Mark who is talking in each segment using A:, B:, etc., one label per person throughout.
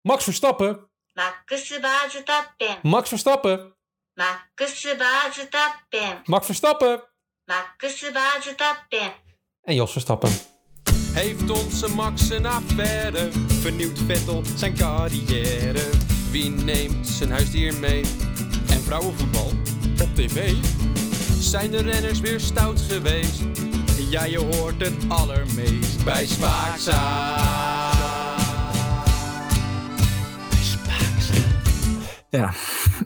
A: Max Verstappen.
B: マックス・バーズタッペン、
A: Max Verstappen.
B: マックス・バーズタッペン、
A: Max Verstappen.
B: マックス・バーズタッペン。
A: En Jos Verstappen.
C: Heeft onze Max een affaire? Vernieuwt Vettel zijn carrière? Wie neemt zijn huisdier mee? En vrouwenvoetbal op tv? Zijn de renners weer stout geweest? Ja, je hoort het allermeest bij Spaakzaam.
D: Ja,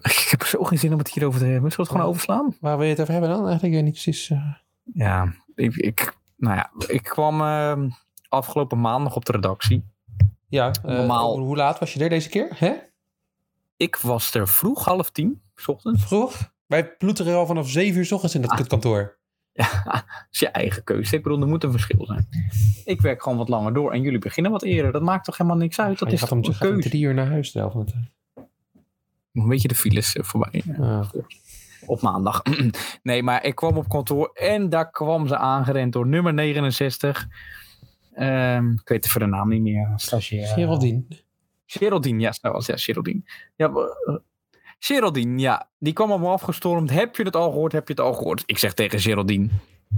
D: ik heb er zo geen zin om het hierover te hebben. Zullen we het gewoon overslaan?
A: Waar wil je het over hebben dan? Eigenlijk weet ik niet precies. eh.
D: Ja, ik, ik, nou ja, ik kwam ehm, afgelopen maandag op de redactie.
A: Ja, eh,
D: Normaal.
A: Hoe, hoe laat was je er deze keer? Hè?
D: Ik was er vroeg, half tien, s ochtends.
A: Vroeg? Wij ploeteren al vanaf 7 uur s ochtends
D: Ah.
A: in dat kutkantoor.
D: Ja, dat is je eigen keuze. Ik bedoel, er moet een verschil zijn. Ik werk gewoon wat langer door en jullie beginnen wat eerder. Dat maakt toch helemaal niks uit? Dat
A: Maar je
D: is
A: gaat
D: toch
A: om, je
D: een
A: gaat om
D: keuze?
A: drie uur naar huis. eh, de helft van de tijd.
D: Een beetje de files eh, voorbij. eh,
A: Ah.
D: Op maandag. nee, maar ik kwam op kantoor en daar kwam ze aangerend door nummer 69. Ehm, ik weet even de naam niet meer. Stagiair.
A: Geraldine.
D: Geraldine, ja, zo was ja, Geraldine. Ja, w- eh, Geraldine, ja, die kwam op me afgestormd. Heb je het al gehoord? Heb je het al gehoord? Ik zeg tegen Geraldine,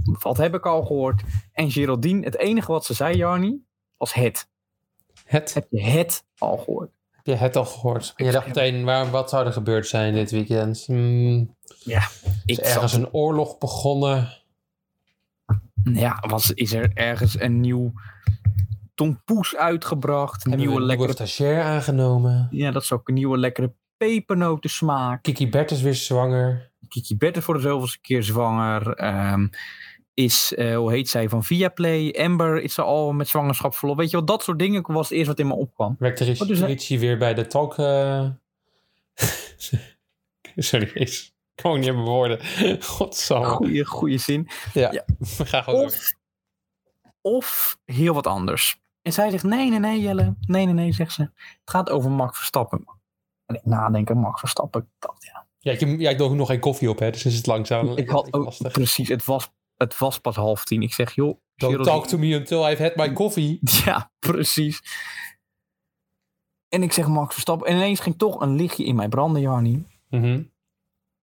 D: wat heb ik al gehoord? En Geraldine, het enige wat ze zei, Jarni, was het.
A: Het.
D: Heb je het al gehoord?
A: Heb je het al gehoord? En je dacht meteen, waar, wat zou er gebeurd zijn dit weekend? Hmm, is
D: Ik
A: ergens
D: zat-
A: een oorlog begonnen?
D: ja, was, is er ergens een nieuw tompoes uitgebracht?
A: Hebben we
D: nieuwe
A: een nieuwe
D: lekkere,
A: stagiair aangenomen?
D: ja, dat is ook een nieuwe lekkere pepernoten smaak.
A: Kiki Bert is weer zwanger.
D: Kiki Bert is voor de zoveelste keer zwanger. ehm, is, eh, hoe heet zij, van Viaplay. Amber is er al met zwangerschap verloren. Weet je wel, dat soort dingen was het eerst wat in me opkwam.
A: Werkt er
D: Wat is er-
A: Richie weer bij de talk? eh? Sorry, ik kan het niet hebben woorden. Godzang.
D: Goeie, goeie zin.
A: Ja,
D: Ja.
A: we gaan gewoon door.
D: Of, of heel wat anders. En zij zegt, nee, nee, nee, Jelle. Nee, nee, nee, zegt ze. Het gaat over Max Verstappen. En ik nadenken, Max Verstappen. Ik dacht, ja.
A: Ja, ik, ja, ik doe ook nog geen koffie op, hè, dus is het langzaam.
D: Ik had ook,
A: lastig.
D: Oh, precies, het was, het was pas half tien. Ik zeg, joh.
A: Don't
D: Geraldine-
A: talk to me until I've had my coffee.
D: Ja, precies. En ik zeg Max Verstappen. En ineens ging toch een lichtje in mijn branden, Jarni.
A: Mhm.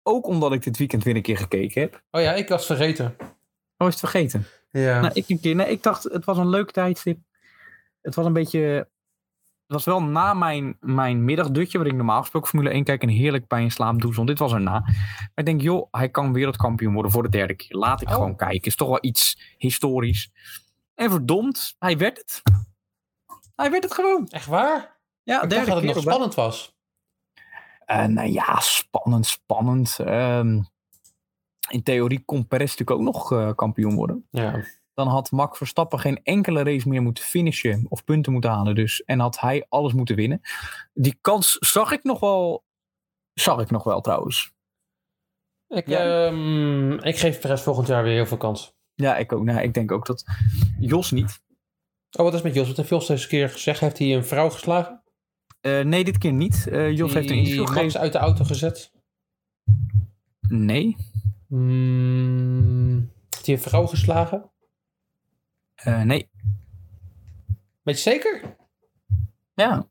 D: Ook omdat ik dit weekend weer een keer gekeken heb.
A: Oh ja, ik was vergeten.
D: Oh, is het vergeten?
A: Ja.
D: Nou, ik, een keer, nee, ik dacht, het was een leuk tijdstip. Het was een beetje... Het was wel na mijn, mijn middagdutje, waar ik normaal gesproken Formule 1 kijk en heerlijk bij een slaapdoes. Want dit was erna. Maar ik denk, joh, hij kan wereldkampioen worden voor de derde keer. Laat ik
A: Oh.
D: gewoon kijken. Is toch wel iets historisch. En verdomd, hij werd het. Hij werd het gewoon.
A: Echt waar?
D: Ja,
A: ik
D: derde
A: dacht dat het
D: keer
A: nog
D: op rij.
A: spannend was.
D: Eh, nou ja, spannend, spannend. Ehm, in theorie kon Perez natuurlijk ook nog eh, kampioen worden.
A: Ja.
D: Dan had Max Verstappen geen enkele race meer moeten finishen of punten moeten halen dus. En had hij alles moeten winnen. Die kans zag ik nog wel, zag ik nog wel trouwens.
A: Ik,
D: Ja.
A: ehm, ik geef Perez volgend jaar weer heel veel kans.
D: Ja, ik ook. Nou, ik denk ook dat Jos niet.
A: Oh, wat is met Jos? Wat heeft Jos deze keer gezegd? Heeft hij een vrouw geslagen?
D: Eh, nee, dit keer niet. Eh, Jos heeft een
A: Die
D: interview
A: Max
D: gegeven.
A: uit de auto gezet?
D: Nee.
A: Hmm, heeft hij een vrouw geslagen?
D: Eh, nee.
A: Weet je zeker?
D: Ja.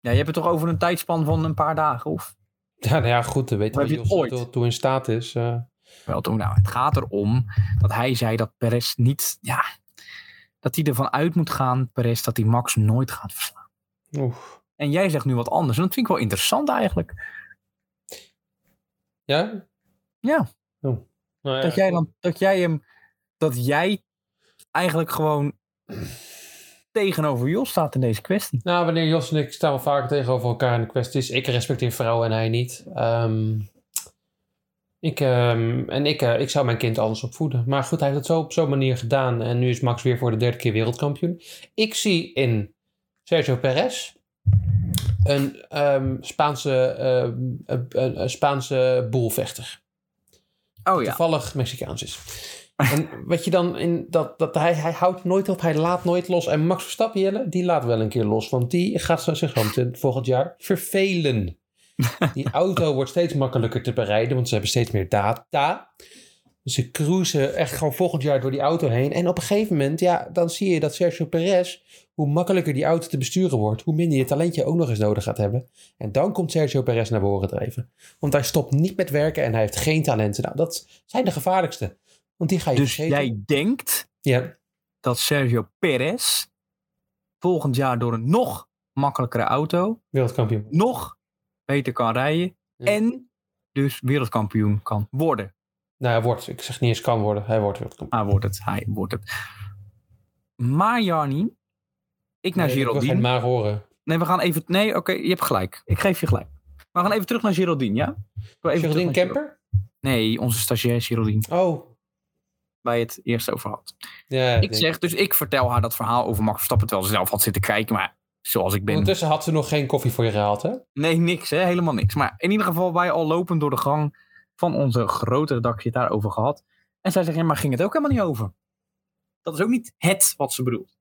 D: Ja, je hebt het toch over een tijdspan van een paar dagen of?
A: Ja, nou ja, goed. Dan weet
D: Maar
A: ik
D: heb je
A: Jos
D: het ooit?
A: toe- toe in staat is. eh.
D: wel toen. Nou, het gaat erom dat hij zei dat Perez niet, ja, dat hij ervan uit moet gaan, Perez, dat hij Max nooit gaat verslaan.
A: Oeh.
D: En jij zegt nu wat anders. En dat vind ik wel interessant eigenlijk.
A: Ja?
D: Ja.
A: Oeh. Nou ja,
D: dat jij dan, dat jij hem, dat jij eigenlijk gewoon tegenover Jos staat in deze kwestie.
A: Nou, wanneer Jos en ik staan we vaker tegenover elkaar in de kwesties. Ik respecteer vrouwen en hij niet. Ehm, ik, ehm, en ik, eh, ik zou mijn kind anders opvoeden. Maar goed, hij heeft het zo op zo'n manier gedaan. En nu is Max weer voor de derde keer wereldkampioen. Ik zie in Sergio Perez een ehm, Spaanse, ehm, een- een- een Spaanse boelvechter
D: Oh ja.
A: toevallig Mexicaans is. En wat je dan in dat, dat hij, hij houdt nooit op, hij laat nooit los. En Max Verstappen, Jelle, die laat wel een keer los, want die gaat zo zich ruimte volgend jaar vervelen. Die auto wordt steeds makkelijker te bereiden, want ze hebben steeds meer data. Ze cruisen echt gewoon volgend jaar door die auto heen. En op een gegeven moment, ja, dan zie je dat Sergio Perez hoe makkelijker die auto te besturen wordt, hoe minder je talentje ook nog eens nodig gaat hebben. En dan komt Sergio Perez naar boven gedreven. Want hij stopt niet met werken en hij heeft geen talenten. Nou, dat zijn de gevaarlijkste. Want die ga je
D: Dus
A: vergeten.
D: jij denkt
A: Ja,
D: dat Sergio Perez volgend jaar door een nog makkelijkere auto
A: wereldkampioen.
D: nog beter kan rijden
A: Ja.
D: en dus wereldkampioen kan worden.
A: Nou, hij wordt. Ik zeg niet eens kan worden. Hij wordt wereldkampioen.
D: Hij wordt het, hij wordt het. Maar Jarni, ik naar
A: Nee, ik wil
D: Geraldine.
A: geen maar horen.
D: Nee, we gaan even. Nee, oké, je hebt gelijk. Ik geef je gelijk. We gaan even terug naar Geraldine, ja? Ik wil even terug
A: Geraldine
D: naar Geraldine.
A: Kemper?
D: Nee, onze stagiair Geraldine,
A: Oh.
D: waar je het eerst over had.
A: Ja,
D: Ik zeg, dus ik vertel haar dat verhaal over Max Verstappen, terwijl ze zelf had zitten kijken, maar zoals ik ben.
A: Ondertussen had ze nog geen koffie voor je gehaald, hè?
D: Nee, niks, hè? helemaal niks. Maar in ieder geval, wij al lopen door de gang van onze grote redactie het daarover gehad. En zij zegt, ja, maar ging het ook helemaal niet over? Dat is ook niet het wat ze bedoelt.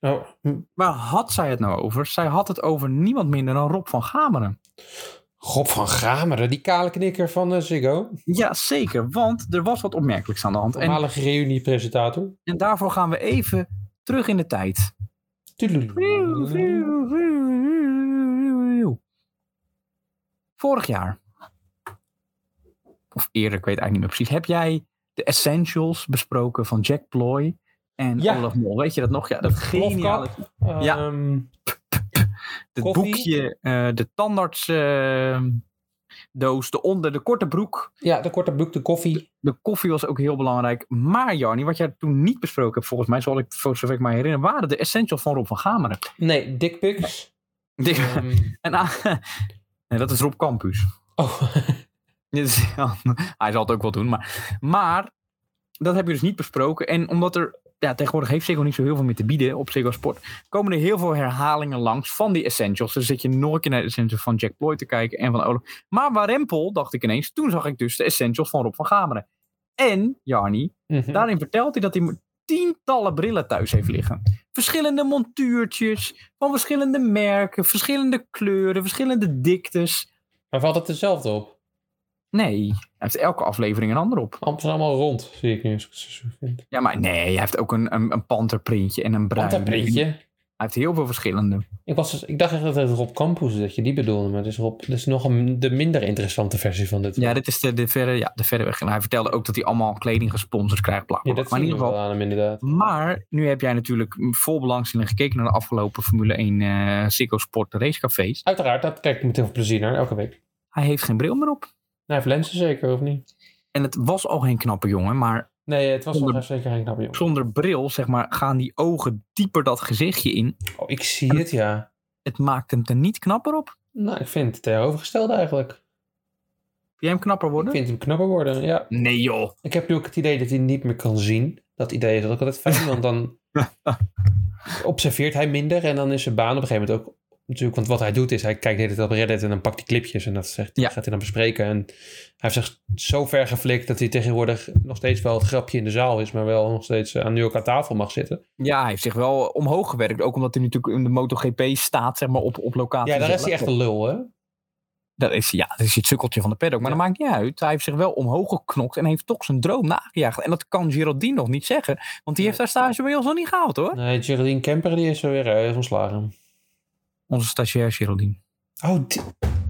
A: Oh, hm.
D: Waar had zij het nou over? Zij had het over niemand minder dan Rob van Gameren.
A: Rob van Gameren, die kale knikker van eh, Ziggo.
D: Ja, zeker, want er was wat opmerkelijks aan de hand. En,
A: Voormalige reunie-presentator.
D: en daarvoor gaan we even terug in de tijd.
A: Tudeloe.
D: Vorig jaar. Of eerder, ik weet eigenlijk niet meer precies. Heb jij de Essentials besproken van Jack Ploy en
A: Ja.
D: Olaf Mol? Weet je dat nog? Ja, dat geniale... Ja.
A: Ehm,
D: Het
A: koffie.
D: boekje, eh, de tandarts eh, doos, de onder, de korte broek.
A: ja, de korte broek, de koffie.
D: De koffie was ook heel belangrijk. Maar Jarni, wat jij toen niet besproken hebt volgens mij, zoals ik, voor zover ik me herinner, waren de Essentials van Rob van Gameren. Eh,
A: Nee, dickpics. Ehm,
D: En, ah, nee, dat is Rob Campus.
A: oh,
D: Dit is- ja, hij zal het ook wel doen. Maar, maar dat heb je dus niet besproken. En omdat er ja, tegenwoordig heeft Ziggo niet zo heel veel meer te bieden op Ziggo Sport, komen er heel veel herhalingen langs van die Essentials. Dus zit je nog een keer naar de Essentials van Jack Ploy te kijken en van Olaf. Maar Warempel, dacht ik ineens, toen zag ik dus de Essentials van Rob van Gameren. En, Jarni,
A: mhm.
D: daarin vertelt hij dat hij tientallen brillen thuis heeft liggen. Verschillende montuurtjes, van verschillende merken, verschillende kleuren, verschillende diktes.
A: maar valt het hetzelfde op?
D: Nee, hij heeft elke aflevering een ander op.
A: Amsterdam allemaal rond, zie ik nu. als ik het zo vind.
D: Ja, maar nee, hij heeft ook een, een, een panterprintje en een bruin.
A: Want een printje.
D: Hij heeft heel veel verschillende.
A: Ik, was dus- ik dacht echt dat het Rob Campus is, dat je die bedoelde. Maar het is, Rob, het is nog een, de minder interessante versie van dit.
D: Ja, dit is de, de, verre, ja, de verre weg. En hij vertelde ook dat hij allemaal kleding gesponsord krijgt. Bla, bla,
A: Ja,
D: bla.
A: dat
D: maar
A: zie
D: in
A: je
D: ieder
A: wel
D: geval.
A: aan hem inderdaad.
D: Maar nu heb jij natuurlijk vol belangstelling gekeken naar de afgelopen Formule 1 eh Ziggo Sport racecafés.
A: Uiteraard, dat kijk ik met heel veel plezier naar, elke week. Nou,
D: Hij heeft geen bril meer op.
A: hij heeft lenzen zeker, of niet?
D: En het was al geen knappe jongen, maar
A: Nee, het was
D: Zonder-
A: nog zeker geen knappe jongen.
D: zonder bril, zeg maar, gaan die ogen dieper dat gezichtje in.
A: Oh, ik zie het, ja.
D: Het maakt hem er niet knapper op.
A: Nou, ik vind het tegenovergestelde eigenlijk.
D: Wil jij hem knapper
A: Ik
D: worden?
A: vind hem knapper worden, ja.
D: Nee joh.
A: Ik heb nu ook het idee dat hij niet meer kan zien. Dat idee is ook altijd fijn, want dan observeert hij minder en dan is zijn baan op een gegeven moment ook natuurlijk. Want wat hij doet is, hij kijkt de hele tijd op Reddit en dan pakt hij clipjes en dat zegt,
D: Ja.
A: gaat hij dan bespreken. En hij heeft zich zo ver geflikt dat hij tegenwoordig nog steeds wel het grapje in de zaal is, maar wel nog steeds eh, aan nu ook aan tafel mag zitten.
D: Ja, hij heeft zich wel omhoog gewerkt. Ook omdat hij natuurlijk in de MotoGP staat, zeg maar, op, op locatie.
A: Ja, daar is
D: zelf.
A: hij echt een lul, hè?
D: Dat is, ja, dat is het sukkeltje van de paddock. Maar
A: Ja.
D: dat maakt niet uit. Hij heeft zich wel omhoog geknokt en heeft toch zijn droom nagejaagd. En dat kan Geraldine nog niet zeggen. Want die heeft haar stage bij ons nog niet gehaald, hoor.
A: Nee, Geraldine Kemper die is er weer eh, ontslagen.
D: Onze stagiair Geraldine.
A: Oh, die-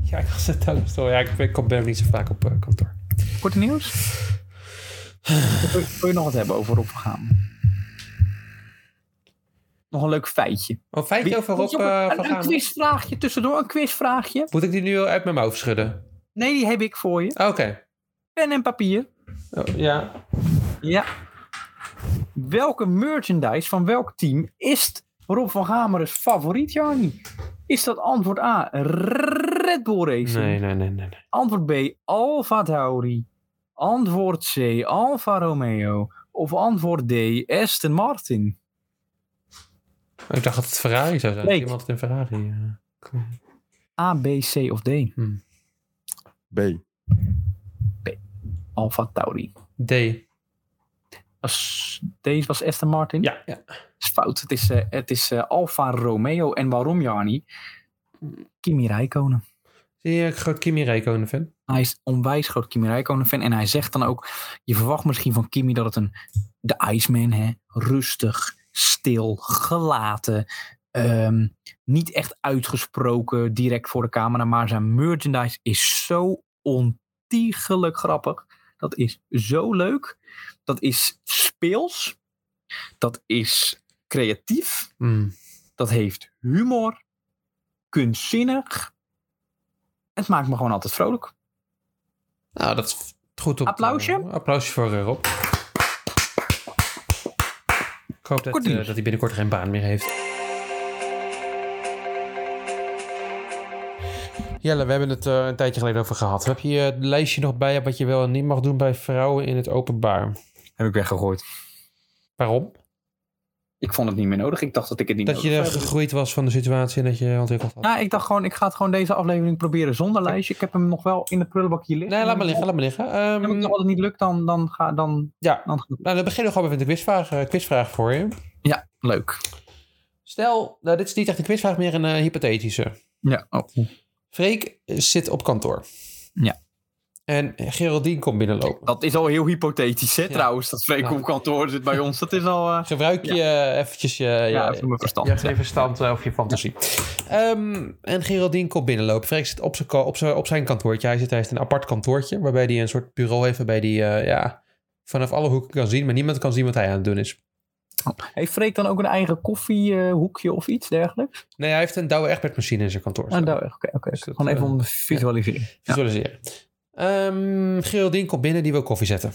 A: ja, ik was het telkens door. Ja, ik, ik kom ben ook niet zo vaak op eh, kantoor.
D: Korte nieuws? Wil je- wil je nog wat hebben over Rob van Gaam? Nog een leuk feitje.
A: Een Oh, feitje over Rob
D: Een-
A: eh, van
D: een, een
A: Gaal.
D: quizvraagje tussendoor, een quizvraagje.
A: Moet ik die nu al uit mijn mouw schudden? Oh,
D: Nee, die heb ik voor je.
A: Oké.
D: Pen en papier.
A: Oh, ja.
D: Ja. Welke merchandise van welk team is Rob van Gameren's favoriet, Jarni? Is dat antwoord A, Red Bull Racing?
A: Nee, nee, nee, nee. nee.
D: Antwoord B, Alfa Tauri? Antwoord C, Alfa Romeo? Of antwoord D, Aston Martin?
A: Oh, Ik dacht dat het Ferrari zou zijn.
D: Nee.
A: Iemand had een Ferrari. eh. ja.
D: A, B, C of D?
E: B.
D: Alfa Tauri.
A: D.
D: Als- Deze was Aston Martin?
A: Ja. ja.
D: Dat is fout. Het is, eh, het is eh, Alfa Romeo. En waarom, Jarni? Kimi Räikkönen.
A: Zie je, ik groot Kimi Räikkönen fan.
D: Hij is onwijs groot Kimi Räikkönen fan. En hij zegt dan ook, je verwacht misschien van Kimi dat het een... De Iceman, hè? Rustig, stil, gelaten. ehm, niet echt uitgesproken direct voor de camera. Maar zijn merchandise is zo ontiegelijk grappig. Dat is zo leuk. Dat is speels. Dat is creatief.
A: Mm.
D: Dat heeft humor, kunstzinnig. Het maakt me gewoon altijd vrolijk.
A: Nou, dat is goed op.
D: Applausje?
A: applausje voor eh, Rob. Ik hoop dat,
D: Kort
A: eh,
D: nieuws.
A: dat hij binnenkort geen baan meer heeft. Jelle, we hebben het eh, een tijdje geleden over gehad. Heb je eh, het lijstje nog bij je wat je wel en niet mag doen bij vrouwen in het openbaar?
D: Heb ik weggegooid.
A: Waarom?
D: Ik vond het niet meer nodig. Ik dacht dat ik het niet
A: Dat Ah, je
D: nodig
A: er
D: zou hebben.
A: gegroeid was van de situatie en dat je ontwikkeld had.
D: Ja, ik dacht gewoon, ik ga het gewoon deze aflevering proberen zonder lijstje. Ik heb hem nog wel in de prullenbak hier liggen.
A: Nee, laat maar liggen, laat maar liggen. Ehm,
D: En als het niet lukt, dan, dan ga dan.
A: Ja.
D: dan gaat het-
A: nou, dan beginnen we gewoon met een quizvraag, eh, quizvraag voor je.
D: ja, leuk.
A: Stel, nou, dit is niet echt een quizvraag, meer een eh, hypothetische.
D: Ja, oh.
A: Freek eh, zit op kantoor.
D: Ja.
A: En Geraldine komt binnenlopen.
D: Dat is al heel hypothetisch, hè,
A: Ja.
D: trouwens. Dat Freek
A: Nou.
D: op kantoor zit bij ons. Dat is al. eh,
A: Gebruik je eh, eventjes je,
D: ja,
A: ja,
D: even mijn verstand.
A: je, je verstand eh, of je fantasie. Ehm, en Geraldine komt binnenlopen. Freek zit op zijn, ka- op zijn, op zijn kantoortje. Hij, zit, hij heeft een apart kantoortje, waarbij hij een soort bureau heeft... waarbij hij eh, ja, vanaf alle hoeken kan zien, maar niemand kan zien wat hij aan het doen is.
D: Heeft Freek dan ook een eigen koffiehoekje of iets dergelijks?
A: Nee, hij heeft een Douwe Egbertmachine in zijn kantoor.
D: Ah, daar, oké, oké.
A: Dus dat,
D: Gewoon even
A: eh,
D: om te visualiseren.
A: Visualiseren. Ehm, Geraldine komt binnen, die wil koffie zetten.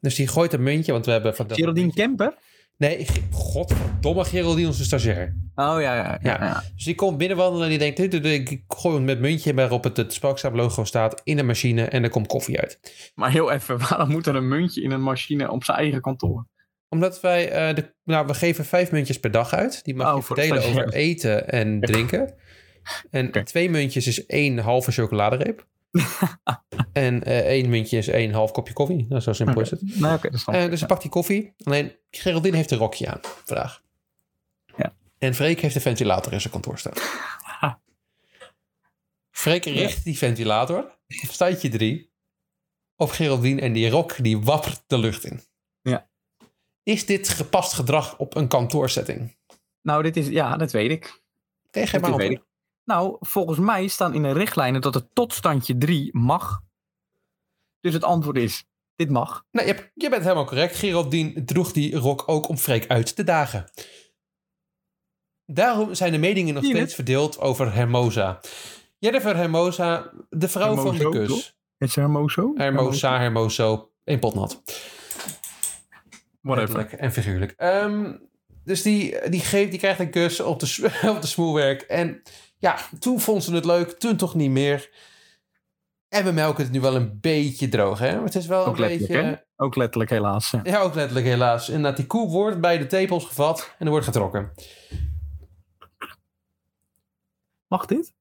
A: Dus die gooit een muntje, want we hebben vandaag...
D: Geraldine Kemper?
A: Nee, Ge- godverdomme Geraldine, onze stagiair.
D: Oh ja, ja, ja.
A: Ja.
D: ja.
A: Dus die komt binnenwandelen en die denkt... "Dit, dit, dit." Ik gooi hem met muntje waarop het, het Spaakzaam logo staat in de machine en er komt koffie uit.
D: Maar heel even, waarom moet er een muntje in een machine op zijn eigen kantoor?
A: Omdat wij... eh, de, nou, we geven vijf muntjes per dag uit. Die mag
D: Oh,
A: je
D: voor
A: verdelen
D: de stagiair.
A: over eten en drinken. En
D: Oké.
A: twee muntjes is één halve chocoladereep. en eh, één muntje is één half kopje koffie. Nou, zo simpel is het.
D: Nou, oké, dat snap ik.
A: Eh, dus ze pakt die koffie. Alleen Geraldine heeft een rokje aan vandaag.
D: Ja.
A: En Freek heeft een ventilator in zijn kantoor staan. Freek richt die ventilator op standje 3 op Geraldine en die rok die wappert de lucht in.
D: Ja.
A: Is dit gepast gedrag op een kantoorsetting? Oké,
D: Nou, dit is, ja, dat weet ik.
A: geef maar
D: Dat weet
A: antwoord.
D: ik. Nou, volgens mij staan in de richtlijnen dat het tot standje 3 mag. Dus het antwoord is, dit mag.
A: Nee, Nou, je, hebt- je bent helemaal correct. Geraldine droeg die rok ook om Freek uit te dagen. Daarom zijn de meningen nog
D: Zie je
A: steeds verdeeld over Hermosa. Jennifer Hermosa, de vrouw
D: Hermoso,
A: van de
D: toch?
A: kus.
D: Is Hermoso?
A: Hermosa, Hermoso, in potnat.
D: Whatever.
A: Letterlijk en figuurlijk. Ehm, dus die, die, geeft, die krijgt een kus op de, s- op de smoelwerk. En ja, toen vond ze het leuk, toen toch niet meer. En we melken het nu wel een beetje droog, hè? Het is wel
D: Ook
A: een
D: letterlijk,
A: beetje...
D: hè? Ook letterlijk helaas. ja.
A: Ja, ook letterlijk helaas. Inderdaad, die koe wordt bij de tepels gevat en er wordt getrokken.
D: Mag dit?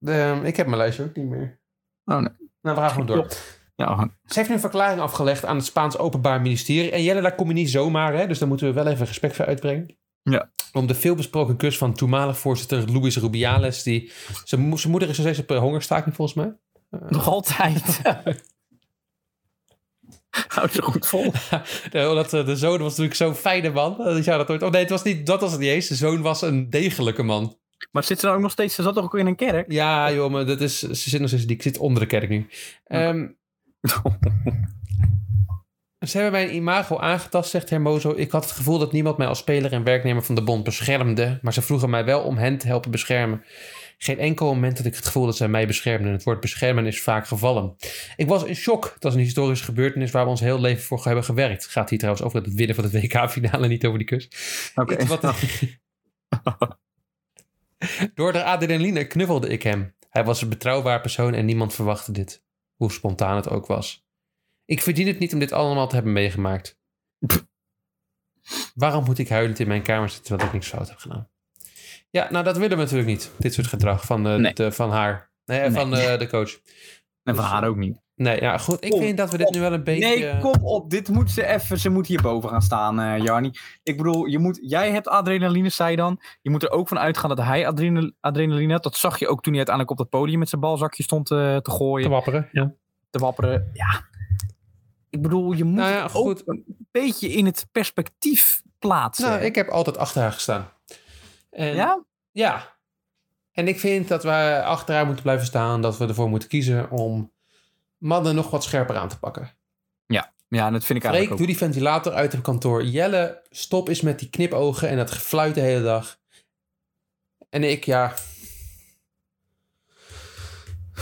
A: Ehm, ik heb mijn lijstje ook niet meer.
D: Oh, nee.
A: Nou, we gaan gewoon door.
D: Ja,
A: Ze heeft nu een verklaring afgelegd aan het Spaans Openbaar Ministerie. En Jelle, daar kom je niet zomaar, hè? dus daar moeten we wel even respect voor uitbrengen.
D: Ja.
A: Om de veelbesproken kus van toenmalig voorzitter Luis Rubiales. Die, zijn, mo- zijn moeder is nog steeds op eh, hongerstaking, volgens mij.
D: nog altijd. Houd ze goed vol.
A: De, dat, eh, de zoon was natuurlijk zo'n fijne man. Eh, Ja, dat, ooit- oh nee, het was niet, dat was het niet eens. De zoon was een degelijke man.
D: Maar zit ze nou ook nog steeds, ze zat toch ook in een kerk?
A: Ja, joh, maar dat is, ze zit nog steeds die, ik zit onder de kerk nu. Ehm, ze hebben mijn imago aangetast, zegt Hermoso. Ik had het gevoel dat niemand mij als speler en werknemer van de bond beschermde. Maar ze vroegen mij wel om hen te helpen beschermen. Geen enkel moment had ik het gevoel dat zij mij beschermden. Het woord beschermen is vaak gevallen. Ik was in shock. Dat is een historische gebeurtenis waar we ons heel leven voor hebben gewerkt. Gaat hier trouwens over het winnen van de WK-finale, niet over die kus.
D: Oké.
A: Iets wat- Door de adrenaline knuffelde ik hem. Hij was een betrouwbaar persoon en niemand verwachtte dit. Hoe spontaan het ook was. Ik verdien het niet om dit allemaal te hebben meegemaakt. Waarom moet ik huilend in mijn kamer zitten terwijl ik niks fout heb gedaan? Ja, nou dat willen we natuurlijk niet. Dit soort gedrag van, eh,
D: Nee.
A: de, van haar. Nee,
D: Nee.
A: van eh, de coach.
D: En van haar ook niet.
A: Nee, ja goed. Ik
D: Kom
A: vind dat we dit
D: op.
A: nu wel een beetje...
D: Nee, kom op. Dit moet ze even. Ze moet hierboven gaan staan, eh Jarni. Ik bedoel, je moet, jij hebt adrenaline, zei je dan. Je moet er ook van uitgaan dat hij adrenal- adrenaline had. Dat zag je ook toen hij uiteindelijk op dat podium met zijn balzakje stond eh, te gooien,
A: te wapperen. Ja.
D: te wapperen. Ja. Ik bedoel, je moet
A: Nou ja,
D: het
A: goed.
D: ook een beetje in het perspectief plaatsen.
A: Nou, ik heb altijd achter haar gestaan. En,
D: Ja?
A: Ja. En ik vind dat we achter haar moeten blijven staan. Dat we ervoor moeten kiezen om mannen nog wat scherper aan te pakken.
D: Ja, en dat vind ik
A: Freek,
D: eigenlijk
A: doe
D: ook.
A: die ventilator uit het kantoor. Jelle, stop eens met die knipogen en dat gefluit de hele dag. En ik, ja...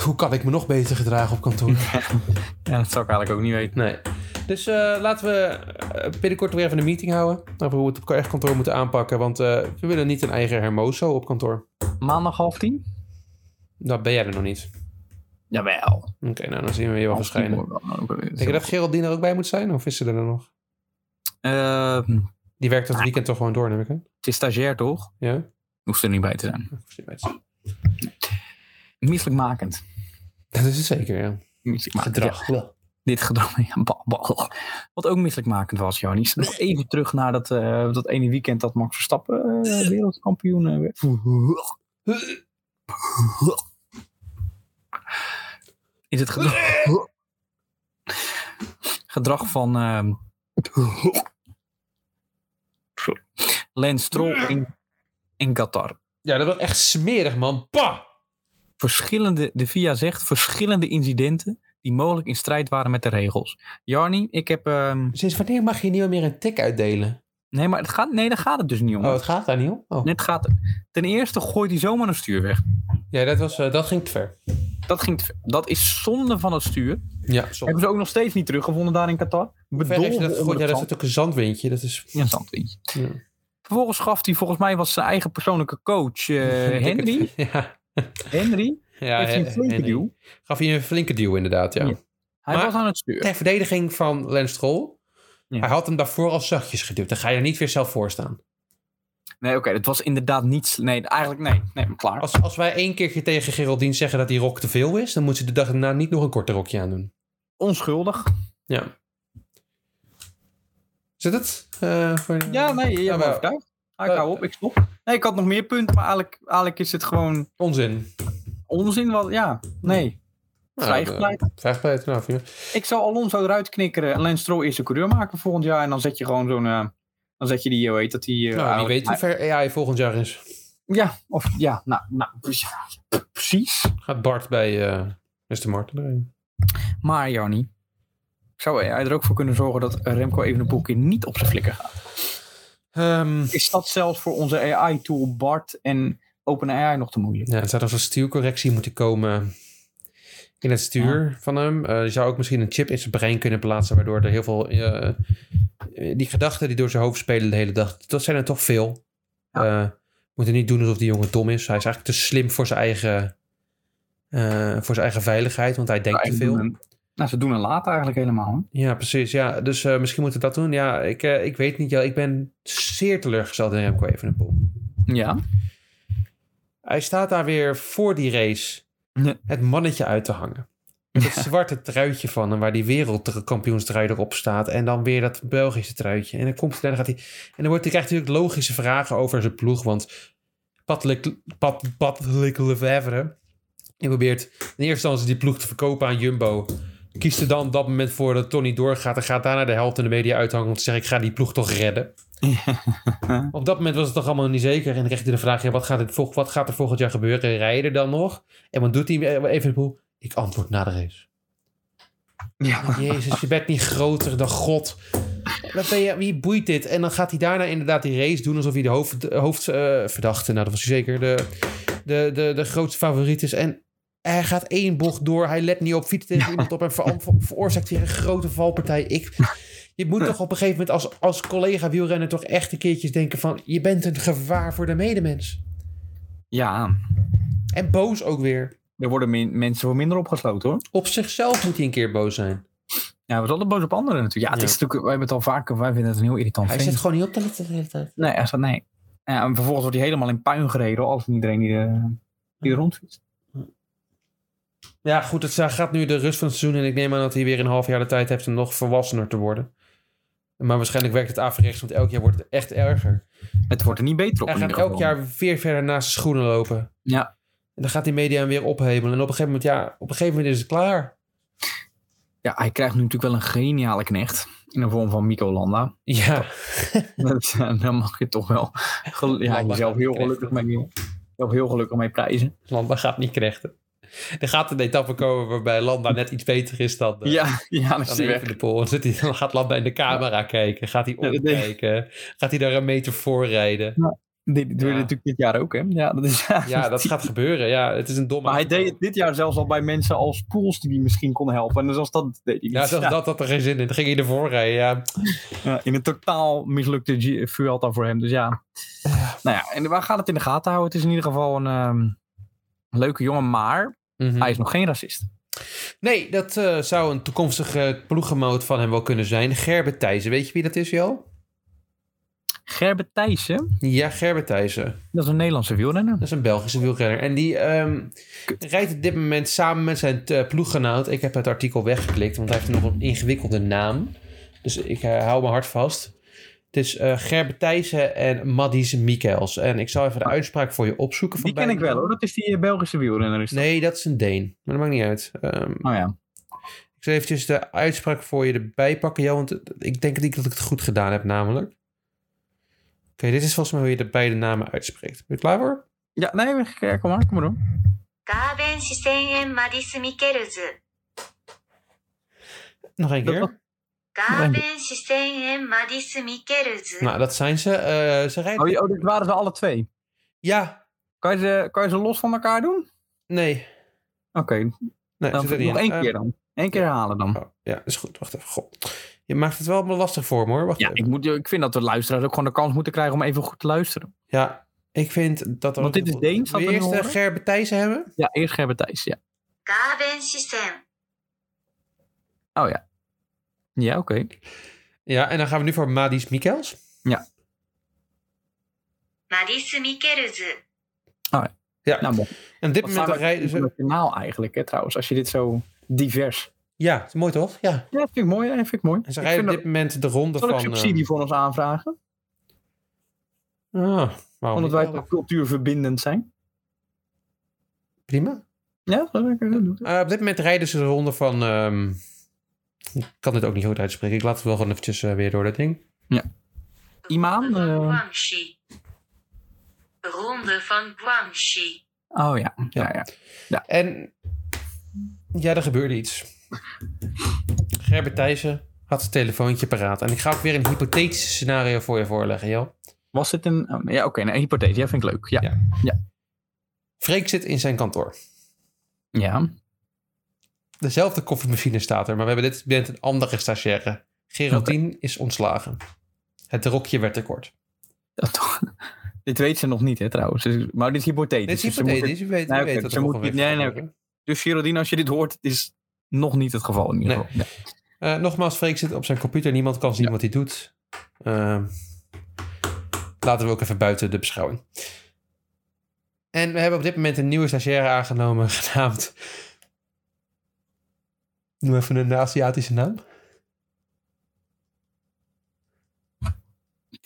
A: Hoe kan ik me nog beter gedragen op kantoor?
D: Ja, dat zou ik eigenlijk ook niet weten.
A: Nee. Dus eh, laten we eh, binnenkort weer even een meeting houden. Over hoe we het op echt kantoor moeten aanpakken. Want eh, we willen niet een eigen Hermoso op kantoor.
D: Maandag half tien?
A: Dat ben jij er nog niet.
D: Jawel.
A: Oké, nou dan zien we je wel
D: Half tien
A: verschijnen.
D: wordt wel- ook-
A: Denk je dat Geraldine er ook bij moet zijn? Of is ze er dan nog?
D: Eh,
A: Die werkt dat weekend toch gewoon door, neem ik aan?
D: het is stagiair, toch?
A: Ja?
D: Hoeft er niet bij te zijn. Misselijkmakend.
A: Dat is het zeker, ja.
D: Misselijkmakend. ja.
A: Gedrag. Ja.
D: dit gedrag. Ja, ba- ba- Wat ook misselijkmakend was, Janis. Nog even terug naar dat, eh, dat ene weekend dat Max Verstappen eh, wereldkampioen eh, werd. Is het gedrag, gedrag van ehm, sorry. Lance Stroll in, in Qatar.
A: dat was echt smerig, man. Bah!
D: Verschillende, de VIA zegt verschillende incidenten die mogelijk in strijd waren met de regels. Jarni, ik heb ehm,
A: Sinds wanneer mag je niet meer een tik uitdelen?
D: Nee, maar het gaat, nee, daar gaat het dus niet om.
A: Oh, het gaat daar niet om? Oh.
D: Net gaat, ten eerste gooit hij zomaar een stuur weg.
A: Ja, dat, was, eh, dat ging te ver.
D: Dat, ging te ver. dat is zonde van het stuur.
A: Ja, sorry.
D: Hebben ze ook nog steeds niet teruggevonden daar in Qatar.
A: Hoe ver heeft
D: Bedolven
A: je dat
D: onder
A: gegooid? Ja,
D: het
A: dat is
D: zand.
A: natuurlijk een zandwindje. Dat is...
D: Ja, een zandwindje.
A: Ja.
D: Vervolgens gaf hij, volgens mij was zijn eigen persoonlijke coach eh, Henry.
A: Ja.
D: Henry
A: Ja,
D: heeft hij
A: eh,
D: een flinke
A: Henry.
D: duw.
A: Gaf hij een flinke duw, inderdaad, ja.
D: Ja. Hij
A: Maar-
D: was aan het stuur.
A: Ter verdediging van Lens Stroll.
D: Ja.
A: Hij had hem daarvoor al zachtjes geduwd. Dan ga je er niet weer zelf voor staan.
D: Nee, oké, dat was inderdaad niet. Nee, eigenlijk nee. Nee, maar klaar.
A: Als, als wij één keertje tegen Geraldine zeggen dat die rok te veel is... dan moet ze de dag daarna niet nog een korter rokje aandoen.
D: Onschuldig.
A: Ja. Zit het? Eh, voor-
D: Ja, nee, je
A: Ja,
D: hebt me
A: maar-
D: overtuigd. Ah, Ik
A: Eh,
D: hou op, ik stop. Nee, ik had nog meer punten, maar eigenlijk, eigenlijk is het gewoon
A: Onzin. Nou,
D: onzin. Wat, ja, nee. Vrijgepleit.
A: Vrijgepleit, nou, vind je-
D: Ik zou Alonso eruit knikkeren en Lance Stroll eerste coureur maken volgend jaar. En dan zet je gewoon zo'n... eh, dan zet je die, hoe heet dat? Die, eh,
A: nou, wie
D: oude-
A: weet hoe ver AI volgend jaar is.
D: Ja, of ja, nou, nou ja, precies.
A: Gaat Bart bij eh Mr. Martin erin?
D: Maar Jarni, zou jij er ook voor kunnen zorgen dat Remco even een keer niet op zijn flikker gaat?
A: Ehm,
D: Is dat zelfs voor onze AI-tool Bart en OpenAI nog te moeilijk?
A: ja, er zou nog een stuurcorrectie moeten komen in het stuur van hem. Eh, je zou ook misschien een chip in zijn brein kunnen plaatsen... waardoor er heel veel... eh, eh, die gedachten die door zijn hoofd spelen de hele dag... dat zijn er toch veel. Eh, we moeten niet doen alsof die jongen dom is. Hij is eigenlijk te slim voor zijn eigen... eh, voor zijn eigen veiligheid, want hij denkt te veel.
D: Nou, ze doen en laten eigenlijk helemaal. hè?
A: Ja, precies. Ja, dus eh, misschien moeten we dat doen. Ja, ik, eh, ik weet niet. Ja, ik ben zeer teleurgesteld in Remco Evenepoel.
D: Ja.
A: Hij staat daar weer voor die race
D: Ja.
A: het mannetje uit te hangen. Met het zwarte truitje van hem, waar die wereldkampioenstrui erop staat. En dan weer dat Belgische truitje. En dan komt hij daar, dan gaat hij... En dan, wordt, hij krijgt hij natuurlijk logische vragen over zijn ploeg. Want Patrick Pat, Patrick Lefevre, die probeert in eerste instantie die ploeg te verkopen aan Jumbo. Kiest er dan op dat moment voor dat Tony doorgaat. En gaat daarna de helft in de media uithangen om te zeggen... ik ga die ploeg toch redden. Op dat moment was het toch allemaal niet zeker. En dan kreeg hij de vraag: ja, wat, gaat dit, vol- wat gaat er volgend jaar gebeuren? Rijden dan nog? En wat doet hij eh, even? hoe- Ik antwoord na de race.
D: Ja.
A: Oh, Jezus, je bent niet groter dan God. Wat ben je, wie boeit dit? En dan gaat hij daarna inderdaad die race doen alsof hij de hoofd- de hoofdverdachte, nou dat was hij zeker, de, de, de, de grootste favoriet is. En hij gaat één bocht door. Hij let niet op, fietst tegen iemand op en ver- ver- veroorzaakt weer een grote valpartij. Ik, je moet toch op een gegeven moment als, als collega wielrenner toch echt een keertjes denken van... je bent een gevaar voor de medemens.
D: ja,
A: En boos ook weer.
D: er worden min- mensen voor minder opgesloten hoor.
A: Op zichzelf moet hij een keer boos zijn.
D: Ja, we zijn altijd boos op anderen natuurlijk. Ja, het
A: Ja.
D: is natuurlijk, wij hebben het al vaker, wij vinden het een heel irritant
A: Hij
D: feest.
A: zit gewoon niet op de letten de hele tijd.
D: Nee, hij staat nee. Ja, en vervolgens wordt hij helemaal in puin gereden door alles en iedereen die, eh, die er rondfietst.
A: Ja, goed, het gaat nu de rust van het seizoen. En ik neem aan dat hij weer een half jaar de tijd heeft om nog volwassener te worden. Maar waarschijnlijk werkt het averechts, want elk jaar wordt het echt erger.
D: Het wordt er niet beter op.
A: Hij
D: in
A: gaat
D: ieder
A: elk
D: geval.
A: jaar weer verder naast zijn schoenen lopen.
D: Ja.
A: En dan gaat die media hem weer ophemelen. En op een gegeven moment, ja, op een gegeven moment is het klaar.
D: ja, hij krijgt nu natuurlijk wel een geniale knecht. in de vorm van Mico Landa.
A: Ja,
D: Dat, eh, daar mag je toch wel gel- ja,
A: Landa
D: jezelf
A: gaat
D: heel
A: niet
D: gelukkig, mee, jezelf heel gelukkig mee prijzen.
A: Landa gaat niet krechten. Er gaat een etappe komen waarbij Landa net iets beter is dan, eh,
D: Ja, ja, dan
A: dan
D: is hij weg.
A: Evenepoel. Dan, zit hij, dan gaat Landa in de camera kijken. Gaat hij
D: Ja, dat denk ik.
A: omkijken. Gaat hij daar een meter voor rijden.
D: Dit doe je
A: Ja.
D: natuurlijk dit jaar ook, hè? Ja, dat is
A: Ja, dat gaat gebeuren. Ja, het is een domme...
D: Maar hij deed het dit jaar zelfs al bij mensen als Poels die die misschien kon helpen. En zelfs dat deed hij niet.
A: Ja, zelfs
D: Ja,
A: dat had er geen zin in. Dan ging hij ervoor rijden, ja.
D: ja, in een totaal mislukte G- Vuelta voor hem. Dus ja. Nou ja, en we gaan het in de gaten houden. Het is in ieder geval een ehm, leuke jongen, maar
A: Mhm.
D: hij is nog geen racist.
A: Nee, dat eh, zou een toekomstige ploeggenoot van hem wel kunnen zijn. Gerber Thijssen. Weet je wie dat is, Jo?
D: Gerben Thijssen,
A: Ja, Gerber Thijssen.
D: dat is een Nederlandse wielrenner.
A: Dat is een Belgische wielrenner. En die ehm, rijdt op dit moment samen met zijn eh, ploeggenoot. Ik heb het artikel weggeklikt, want hij heeft nog een ingewikkelde naam. Dus ik eh, hou mijn hart vast. Het is eh Gerber Thijssen en Maddis Mikkels. En ik zal even de uitspraak voor je opzoeken. Van
D: Die ken ik
A: beide.
D: wel hoor, dat is die eh, Belgische wielrenner. Is dat?
A: Nee, dat is een Deen. Maar dat maakt niet uit. Ehm,
D: Oh ja.
A: Ik zal eventjes de uitspraak voor je erbij pakken, Jo, want ik denk niet dat ik het goed gedaan heb namelijk. Oké, dit is volgens mij hoe je de beide namen uitspreekt. Ben je klaar voor?
D: Ja, nee, ja, kom maar, kom maar door.
B: ガーベン四千円マディス・ミケルズ。
A: Nog één
D: Dat
A: keer.
D: was-
B: ガーベン四千円マディス・ミケルズ。
A: Nou, dat zijn ze. Eh, ze rijden...
D: Oh, ja, oh, dit waren ze alle twee.
A: Ja,
D: Kan je ze, kan je ze los van elkaar doen?
A: nee.
D: Oké,
A: nee
D: dan
A: zit er niet
D: nog
A: in.
D: één
A: Eh,
D: keer dan. Eén keer herhalen dan.
A: oh, ja, is goed. Wacht even. Goh. Je maakt het wel allemaal lastig voor me hoor. Wacht
D: Ja,
A: even.
D: ik, moet, ik vind dat de luisteraars ook gewoon de kans moeten krijgen om even goed te luisteren.
A: ja, ik vind dat... er
D: Want
A: ook-
D: dit is Deens,
A: Wil
D: wat
A: je
D: we nu
A: eerst eh,
D: horen?
A: Gerben Thijssen hebben?
D: Ja, eerst Gerben Thijs, ja.
B: ガーベン四千。
D: Ja, oké.
A: Ja, en dan gaan we nu voor Madis Mikkels.
B: マディス・ミケルズ。
A: Ja,
D: Nou, mooi.
A: en op dit
D: Wat
A: moment
D: staan we
A: rijden ze...
D: internationaal eigenlijk, hè, trouwens. Als je dit zo divers...
A: Ja, het is mooi toch? Ja.
D: Ja, dat vind ik mooi. Ja, vind ik mooi.
A: En ze
D: Ik
A: rijden
D: vind
A: op dit moment de ronde
D: dat, zal ik
A: van...
D: subsidie voor ons aanvragen?
A: eh, ah, waarom
D: Omdat
A: niet?
D: wij toch cultuurverbindend zijn.
A: Prima.
D: Ja, dat ik doen.
A: Eh, op dit moment rijden ze de ronde van... ehm, ik kan dit ook niet goed uitspreken. Ik laat het wel gewoon eventjes eh, weer door dat ding.
D: Imaan? eh,
B: Guangxi. Ronde van Guangxi.
D: Oh ja. Ja, ja.
A: En ja, er gebeurde iets. Gerbert Thijssen had zijn telefoontje paraat. En ik ga ook weer een hypothetisch scenario voor je voorleggen, joh.
D: Was dit een... oh, ja, oké. een hypothese. Ja, vind ik leuk. Ja.
A: Ja.
D: Ja.
A: Freek zit in zijn kantoor.
D: ja.
A: Dezelfde koffiemachine staat er, maar we hebben dit moment een andere stagiaire. Geraldine is ontslagen. Het rokje werd te kort.
D: Dat toch... Dit weet ze nog niet, hè, trouwens. Dus- Maar dit is hypothetisch.
A: Dit is
D: dus ze moet het-
A: hypothetisch, je weet,
D: Nee,
A: je
D: oké,
A: weet dat
D: ze
A: er
D: moet
A: nog een
D: niet- nee, nee,
A: week-
D: Dus Geraldine, als je dit hoort, het is nog niet het geval in ieder
A: Nee.
D: geval. Ja.
A: Eh, nogmaals, Freek zit op zijn computer. Niemand kan zien wat hij doet. Ehm, laten we ook even buiten de beschouwing. En we hebben op dit moment een nieuwe stagiaire aangenomen, genaamd... Noem even een Aziatische naam.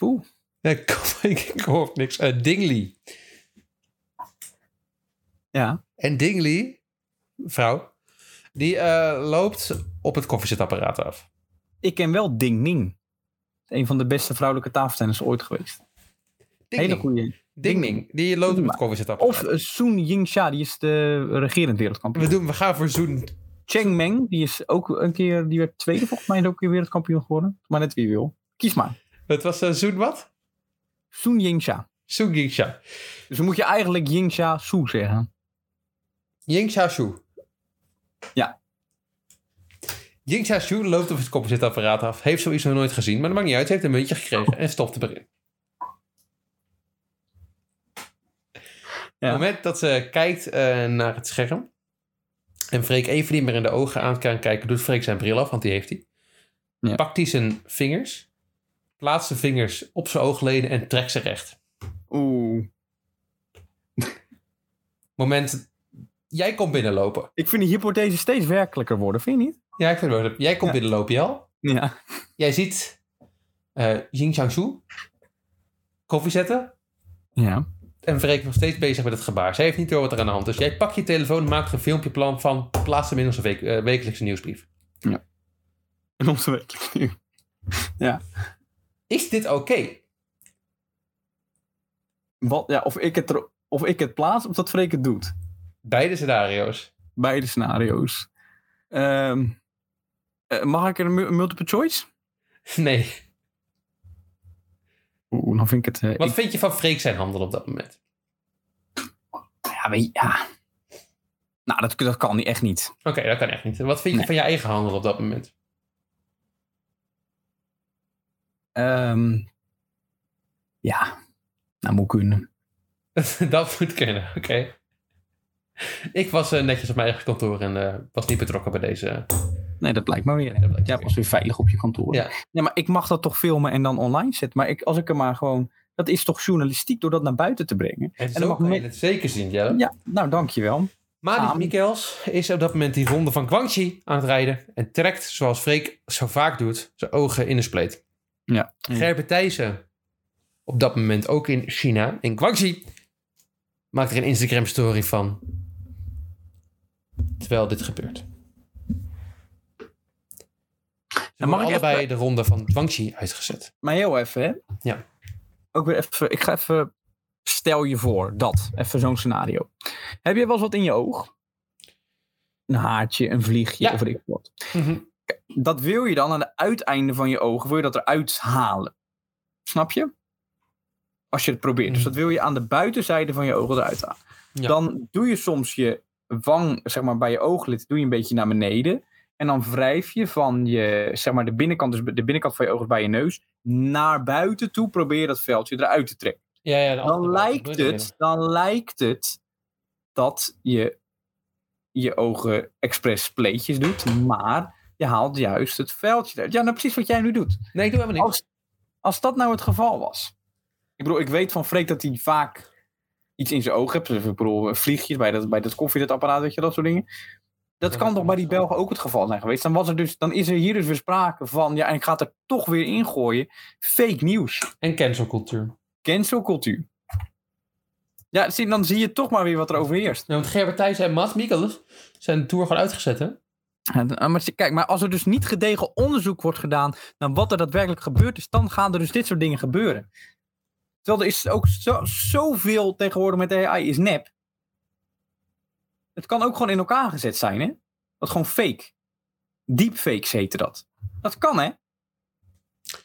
D: Oeh.
A: Ja, ik, kom- ik, ik hoor niks. Eh, Dingley.
D: Ja.
A: En Dingley, vrouw, die eh, loopt op het koffiezetapparaat af.
D: Ik ken wel Ding Ning. Een van de beste vrouwelijke tafeltennissen ooit geweest. Hele
A: Dingling.
D: goede.
A: Dingling. Die loopt op het koffiezetapparaat.
D: Of eh, Sun Ying-sha, die is de regerend wereldkampioen.
A: We, doen, we gaan voor Zoen.
D: Cheng Meng, die is ook een keer, die werd tweede volgens mij, en ook weer wereldkampioen geworden. Maar net wie wil. Kies maar.
A: Het was eh, Zoen wat?
D: Sun Ying-sha.
A: Zoen Yingsha.
D: Dus dan moet je eigenlijk Ying-sha Su zeggen.
A: Yingsha Shu.
D: Ja.
A: Yingsha Shu loopt op het koffiezetapparaat af. Heeft zoiets nog nooit gezien, maar dat maakt niet uit. Ze heeft een muntje gekregen en stopte erin. Op
D: Ja.
A: het moment dat ze kijkt eh, naar het scherm en Freek even niet meer in de ogen aan kan kijken, doet Freek zijn bril af, want die heeft hij.
D: Ja.
A: Pakt hij zijn vingers, plaatst zijn vingers op zijn oogleden en trekt ze recht.
D: Oeh.
A: Moment, jij komt binnenlopen.
D: Ik vind die hypothese steeds werkelijker worden, vind je niet?
A: Ja, ik vind het wel. Jij komt
D: Ja.
A: binnenlopen, Jel.
D: Ja.
A: Jij ziet eh Jing Changshu koffie zetten.
D: Ja.
A: En Freek nog steeds bezig met het gebaar. Zij heeft niet door wat er aan de hand is. Jij pakt je telefoon, maakt er een filmpje plan van. Plaats hem in onze week- eh, wekelijkse nieuwsbrief.
D: En onze week. Ja.
A: Is dit oké?
D: Wat, ja of, ik het er- of ik het plaats of dat Freek het doet.
A: Beide scenario's.
D: Beide scenario's. Ehm, eh, mag ik er een mu- multiple choice?
A: Nee.
D: Oeh, dan vind ik het... eh,
A: Wat
D: ik-
A: vind je van Freek zijn handel op dat moment?
D: ja, weet je, ja. Nou, dat, dat kan niet, echt niet.
A: Oké, dat kan echt niet. Wat vind je
D: Nee.
A: van je eigen handel op dat moment?
D: Ehm, ja, nou moet kunnen.
A: dat moet kunnen, oké. Ik was eh, netjes op mijn eigen kantoor en eh, was niet betrokken bij deze.
D: Nee, dat blijkt maar weer.
A: Nee, dat blijkt
D: Jij
A: weer.
D: was weer veilig op je kantoor.
A: Ja.
D: Nee, maar ik mag dat toch filmen en dan online zetten. Maar ik, als ik er maar gewoon... Dat is toch journalistiek door dat naar buiten te brengen?
A: En
D: dan
A: zo
D: mag
A: kan je
D: men-
A: het zeker zien, Jelle.
D: Ja, nou dankjewel.
A: Maris
D: Samen.
A: Mikkels is op dat moment die ronde van Guangxi aan het rijden en trekt, zoals Freek zo vaak doet, zijn ogen in een spleet.
D: Ja.
A: Gerben Thijssen, op dat moment ook in China, in Guangxi, maakt er een Instagram-story van. Terwijl dit gebeurt. Ze
D: mag
A: mag
D: ik
A: allebei de ronde van Guangxi uitgezet.
D: Maar heel even, hè?
A: Ja.
D: Ook weer even, ik ga even. Stel je voor dat, even zo'n scenario. Heb je wel eens wat in je oog? Een haartje, een vliegje
A: Ja. Mhm.
D: of weet ik wat. Dat wil je dan aan het uiteinde van je ogen, wil je dat eruit halen. Snap je? Als je het probeert. Dus
A: Mhm.
D: dat wil je aan de buitenzijde van je ogen eruit halen.
A: Ja.
D: Dan doe je soms je wang, zeg maar bij je ooglid, doe je een beetje naar beneden. En dan wrijf je van je, zeg maar de binnenkant, dus de binnenkant van je ogen bij je neus, naar buiten toe probeer je dat veldje eruit te trekken.
A: Ja, ja, de
D: Dan
A: andere-
D: lijkt het, dan lijkt het dat je je ogen expres spleetjes doet, maar je haalt juist het veldje eruit. Ja, nou precies wat jij nu doet.
A: Nee, ik doe helemaal niks.
D: Als, als dat nou het geval was. Ik bedoel, ik weet van Freek dat hij vaak iets in zijn oog hebt. Dus ik bedoel, vliegjes bij dat, bij dat koffiezetapparaat, weet je, dat soort dingen. Dat
A: Ja,
D: kan
A: dat
D: toch
A: kan
D: bij die
A: ook wel.
D: Belgen ook het geval zijn geweest. Dan, was er dus, dan is er hier dus weer sprake van, ja, en ik ga het er toch weer ingooien. Fake nieuws.
A: En cancelcultuur.
D: Cancelcultuur. Ja, zie, dan zie je toch maar weer wat er overheerst.
A: Nou, want Gerber Thijssen en Maas Mikkels zijn de tour gewoon uitgezet, hè?
D: Ja, d- maar zie- kijk, maar als er dus niet gedegen onderzoek wordt gedaan naar wat er daadwerkelijk gebeurd is, dan gaan er dus dit soort dingen gebeuren. Terwijl er is ook zo, zoveel tegenwoordig met AI is nep. Het kan ook gewoon in elkaar gezet zijn, hè? Dat gewoon fake. Deepfakes heette dat. Dat kan, hè?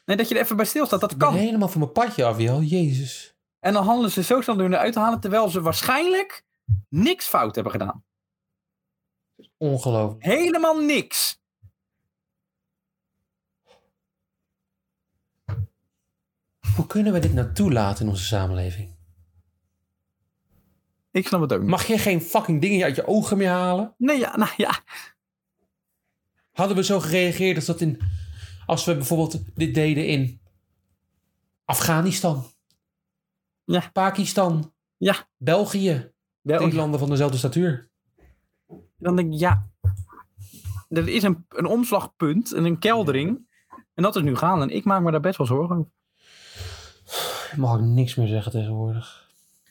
D: Nee, dat je er even bij stilstaat, dat
A: Ik ben
D: kan.
A: helemaal van mijn padje af, joh. Jezus.
D: En dan handelen ze zo snel door hun uit te halen, terwijl ze waarschijnlijk niks fout hebben gedaan.
A: Ongelooflijk.
D: Helemaal niks.
A: Hoe kunnen we dit nou toelaten in onze samenleving?
D: Ik snap het ook niet.
A: Mag je geen fucking dingen uit je ogen meer halen?
D: Nee, ja, nou ja.
A: Hadden we zo gereageerd als dat in... Als we bijvoorbeeld dit deden in... Afghanistan.
D: Ja.
A: Pakistan.
D: Ja.
A: België.
D: Wel-
A: Drie landen van dezelfde statuur.
D: dan denk ik, ja, er is een, een omslagpunt en een keldering. En dat is nu gaan. En ik maak me daar best wel zorgen over.
A: Ik mag ook niks meer zeggen tegenwoordig.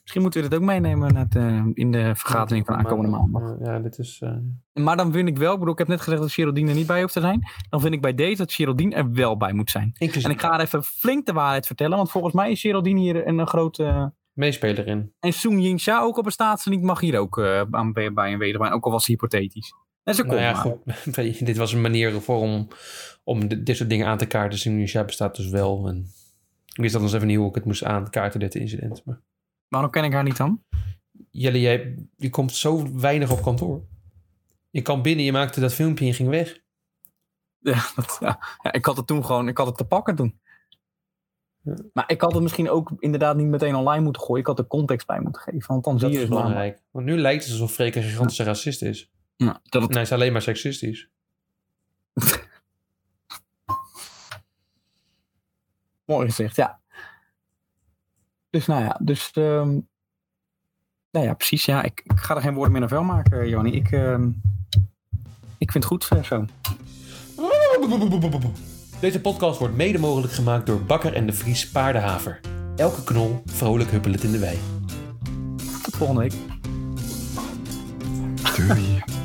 D: Misschien moeten we dit ook meenemen naar het, eh, in de vergadering van aankomende maandag.
A: Ja, dit is... eh,
D: Maar dan vind ik wel, ik bedoel, ik heb net gezegd dat Geraldine er niet bij hoeft te zijn. Dan vind ik bij deze dat Geraldine er wel bij moet zijn.
A: inclusief
D: En ik ga haar even flink de waarheid vertellen, want volgens mij is Geraldine hier een, een grote...
A: meespeler in.
D: En Soong Jingsha ook op een staatslied mag hier ook eh, aan, bij bij een wederbaan, ook al was ze hypothetisch. En ze komt
A: Nou ja,
D: maar.
A: goed. dit was een manier voor om, om di- dit soort dingen aan te kaarten. Sinusia bestaat dus wel. En ik wist dat nog even niet hoe ik het moest aankaarten, dit incident. Maar
D: Waarom ken ik haar niet dan?
A: Jelle, jij, je komt zo weinig op kantoor. Je kwam binnen, je maakte dat filmpje en je ging weg.
D: Ja, dat, ja. Ja, ik had het toen gewoon, ik had het te pakken toen.
A: Ja.
D: Maar ik had het misschien ook inderdaad niet meteen online moeten gooien. Ik had er context bij moeten geven. Want dan zie
A: Dat
D: je
A: is
D: het wel.
A: belangrijk. Want nu lijkt het alsof Freek een gigantische racist is.
D: Ja, dat
A: En
D: het-
A: hij is alleen maar seksistisch.
D: Mooi gezegd, ja. Dus nou ja, dus... ehm, nou ja, precies. Ja, ik, ik ga er geen woorden meer naar vuil maken, Johnny. Ik, ehm, ik vind het goed eh, zo.
A: Deze podcast wordt mede mogelijk gemaakt door Bakker en de Vries Paardenhaver. Elke knol vrolijk huppelend in de wei.
D: Tot volgende week.
E: Doei.